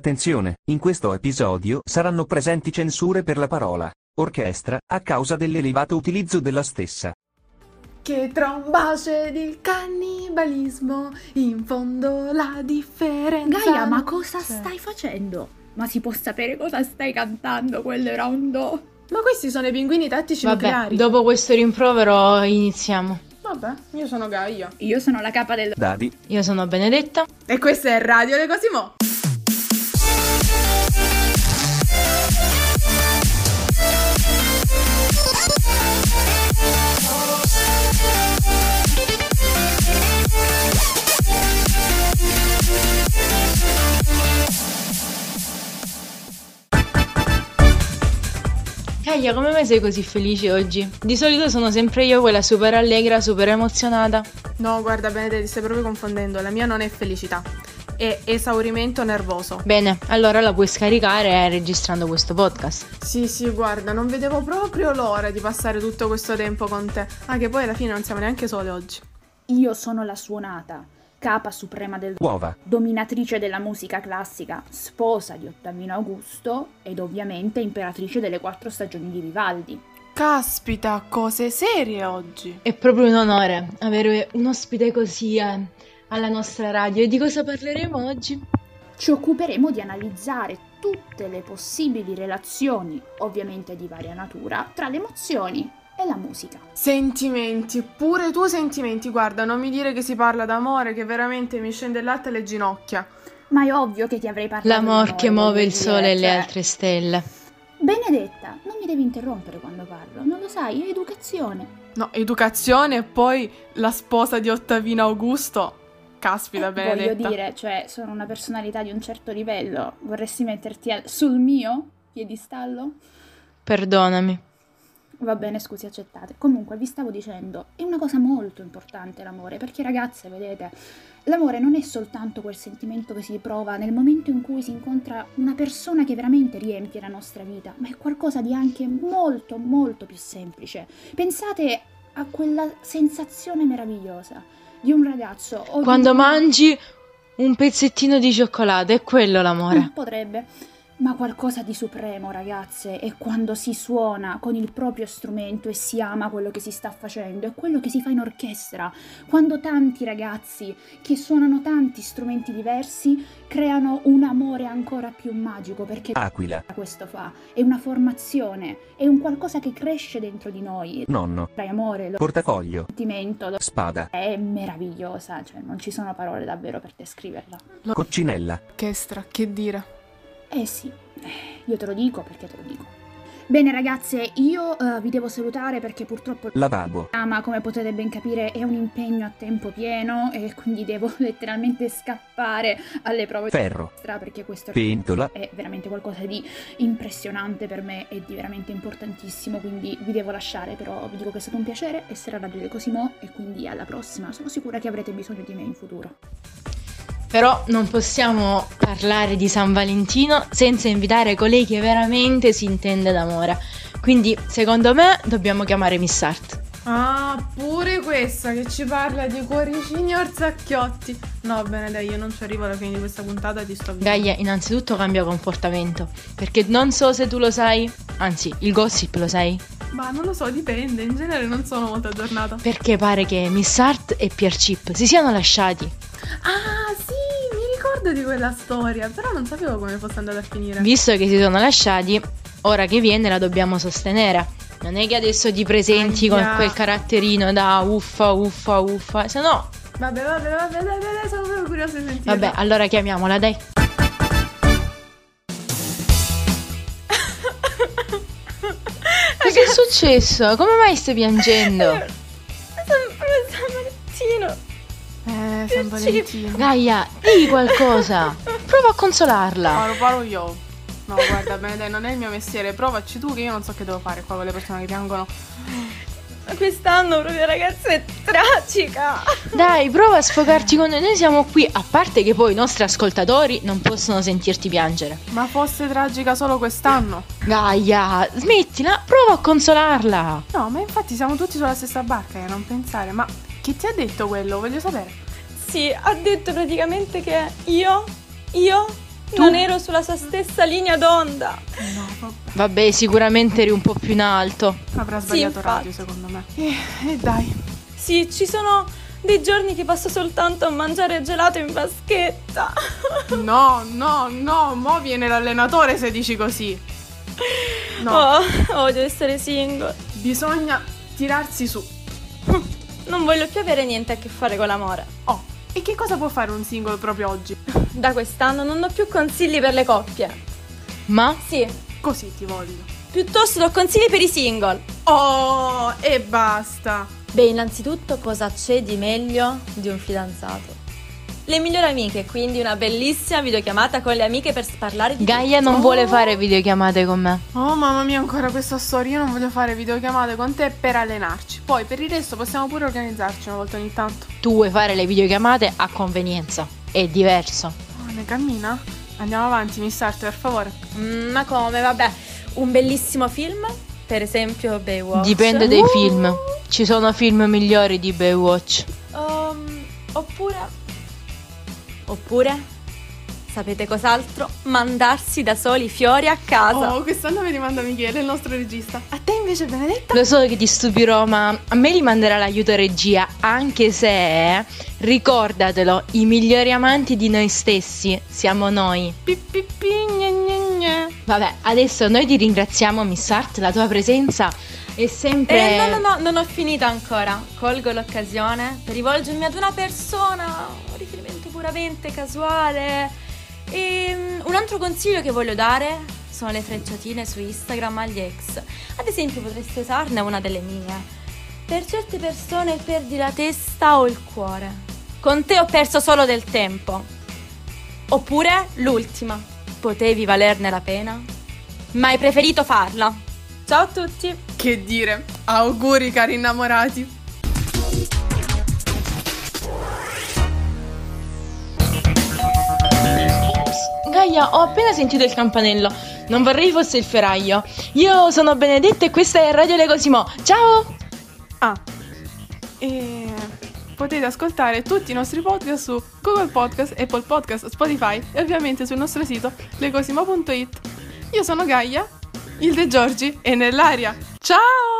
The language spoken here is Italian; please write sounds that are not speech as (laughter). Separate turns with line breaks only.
Attenzione, in questo episodio saranno presenti censure per la parola orchestra a causa dell'elevato utilizzo della stessa.
Che tra un bacio ed il cannibalismo, in fondo la differenza.
Gaia,
non
ma
Esatto.
cosa
Cioè.
c'è.
stai facendo? Ma si può sapere cosa stai cantando? Quello era un do.
Ma questi sono i pinguini tattici
Vabbè,
nucleari.
dopo questo rimprovero iniziamo.
Vabbè, io sono Gaia.
Io sono la capa del...
Dadi,
Io sono Benedetta.
E questo è Radio Le Cosimo.
Gaia, come mai sei così felice oggi? Di solito sono sempre io quella super allegra, super emozionata.
No, guarda Benedetta, ti stai proprio confondendo. La mia non è felicità, è esaurimento nervoso.
Bene, allora la puoi scaricare registrando questo podcast.
Sì, sì, guarda, non vedevo proprio l'ora di passare tutto questo tempo con te. Ah, che poi alla fine non siamo neanche sole oggi.
Io sono la suonata, capa suprema del...
uova,
Dominatrice della musica classica, sposa di Ottavino Augusto ed ovviamente imperatrice delle quattro stagioni di Vivaldi.
Caspita, cose serie oggi.
È proprio un onore avere un ospite così eh, alla nostra radio. E di cosa parleremo oggi?
Ci occuperemo di analizzare tutte le possibili relazioni, ovviamente di varia natura, tra le emozioni e la musica.
Sentimenti, pure tu sentimenti. Guarda, non mi dire che si parla d'amore, che veramente mi scende il latte alle ginocchia.
Ma è ovvio che ti avrei parlato...
L'amor che
d'amore,
muove
voglio
il sole
dire,
e le
cioè-
altre stelle.
Benedetta, non mi devi interrompere quando parlo, non lo sai, è educazione.
No, educazione e poi la sposa di Ottavino Augusto. Caspita,
Eh,
Benedetta.
Voglio dire, cioè, sono una personalità di un certo livello. Vorresti metterti al- sul mio piedistallo?
Perdonami.
Va bene, scusi, accettate. Comunque, vi stavo dicendo, è una cosa molto importante l'amore, perché ragazze, vedete, l'amore non è soltanto quel sentimento che si prova nel momento in cui si incontra una persona che veramente riempie la nostra vita, ma è qualcosa di anche molto, molto più semplice. Pensate a quella sensazione meravigliosa di un ragazzo o di
Quando
una-
mangi un pezzettino di cioccolato, è quello l'amore.
Mm, Potrebbe. Ma qualcosa di supremo, ragazze, è quando si suona con il proprio strumento e si ama quello che si sta facendo, è quello che si fa in orchestra, quando tanti ragazzi che suonano tanti strumenti diversi creano un amore ancora più magico, perché
aquila,
questo fa, è una formazione, è un qualcosa che cresce dentro di noi,
nonno,
tra amore, lo
portafoglio,
sentimento, lo-
spada,
è meravigliosa, cioè non ci sono parole davvero per descriverla.
coccinella,
Orchestra, che dire.
Eh sì, eh, io te lo dico perché te lo dico. Bene ragazze, io eh, vi devo salutare perché purtroppo il
lavabo,
programma, come potete ben capire, è un impegno a tempo pieno e quindi devo (laughs) letteralmente scappare alle prove di
ferro,
orchestra perché questo
pentola,
è veramente qualcosa di impressionante per me e di veramente importantissimo, quindi vi devo lasciare, però vi dico che è stato un piacere essere a Radio di Cosimo e quindi alla prossima, sono sicura che avrete bisogno di me in futuro.
Però non possiamo parlare di San Valentino senza invitare colei che veramente si intende d'amore. Quindi, secondo me, dobbiamo chiamare Miss Art.
Ah, pure questa che ci parla di cuoricini orzacchiotti. No, bene, dai, io non ci arrivo alla fine di questa puntata, ti sto avvisando.
Gaia, innanzitutto cambia comportamento, perché non so se tu lo sai, anzi, il gossip lo sai,
Ma non lo so, dipende, in genere non sono molto aggiornata.
perché pare che Miss Art e Pier Chip si siano lasciati.
Ah, sì, mi ricordo di quella storia, però non sapevo come fosse andata a finire.
Visto che si sono lasciati, ora che viene la dobbiamo sostenere. Non è che adesso ti presenti con
Aia.
quel caratterino da uffa, uffa, uffa, se no
Vabbè, vabbè, vabbè, dai, dai, dai, sono proprio curiosa di sentire.
Vabbè, allora chiamiamola, dai. Cosa è successo? Come mai stai piangendo?
Eh, San Valentino.
Gaia, digli qualcosa. Prova a consolarla.
Paro, paro Ah, io. No, guarda, bene, dai, non è il mio mestiere, provaci tu che io non so che devo fare qua con le persone che piangono.
Quest'anno proprio ragazzi è tragica.
Dai, prova a sfogarti con noi. Noi siamo qui, a parte che poi i nostri ascoltatori non possono sentirti piangere.
Ma fosse tragica solo quest'anno.
Gaia, smettila, prova a consolarla.
No, ma infatti siamo tutti sulla stessa barca, eh, non pensare. Ma che ti ha detto quello? Voglio sapere.
Sì, ha detto praticamente che io, io
Tu-
Non ero sulla sua stessa linea d'onda.
No, vabbè,
Vabbè, sicuramente eri un po' più in alto.
avrà
Sì,
sbagliato
infatti.
radio secondo me. E dai.
Sì, ci sono dei giorni che passo soltanto a mangiare gelato in vaschetta.
No, no, no, mo viene l'allenatore se dici così. No,
Oh, odio essere single.
bisogna tirarsi su.
Non voglio più avere niente a che fare con l'amore.
Oh, e che cosa può fare un singolo proprio oggi?
Da quest'anno non do più consigli per le coppie.
Ma
Sì,
Così ti voglio.
piuttosto do consigli per i single.
Oh, e basta.
Beh, innanzitutto cosa c'è di meglio di un fidanzato? Le migliori amiche, quindi una bellissima videochiamata con le amiche per sparlare di
Gaia non
tutto.
vuole fare videochiamate con me.
Oh mamma mia, ancora questa storia. Io non voglio fare videochiamate con te per allenarci. Poi per il resto possiamo pure organizzarci una volta ogni tanto.
Tu vuoi fare le videochiamate a convenienza. È diverso.
Oh, ne cammina? Andiamo avanti, mi starti per favore.
Mm, ma come? Vabbè, un bellissimo film, per esempio Baywatch.
Dipende dai
Uh,
film. Ci sono film migliori di Baywatch.
um, oppure oppure sapete cos'altro? Mandarsi da soli i fiori a casa.
Oh, quest'anno mi rimanda Michele, il nostro regista. A te invece, Benedetta?
Lo so che ti stupirò, ma a me li manderà l'aiuto regia, anche se, ricordatelo, i migliori amanti di noi stessi siamo noi.
Pi, pi, pi, gne, gne, gne.
Vabbè, adesso noi ti ringraziamo, Miss Art, la tua presenza è sempre...
Eh, no, no, no, non ho finito ancora. Colgo l'occasione per rivolgermi ad una persona, un riferimento puramente casuale. E mm, un altro consiglio che voglio dare sono le frecciatine su Instagram agli ex. Ad esempio, potreste usarne una delle mie. Per certe persone perdi la testa o il cuore. Con te ho perso solo del tempo. Oppure l'ultima. Potevi valerne la pena, ma hai preferito farla. Ciao a tutti!
Che dire, auguri cari innamorati.
Gaia, ho appena sentito il campanello, non vorrei fosse il ferraio. Io sono Benedetta e questa è Radio Le Cosimo, ciao!
Ah, e potete ascoltare tutti i nostri podcast su Google Podcast, Apple Podcast, Spotify e ovviamente sul nostro sito lecosimo.it. Io sono Gaia, il De Giorgi e nell'aria. Ciao!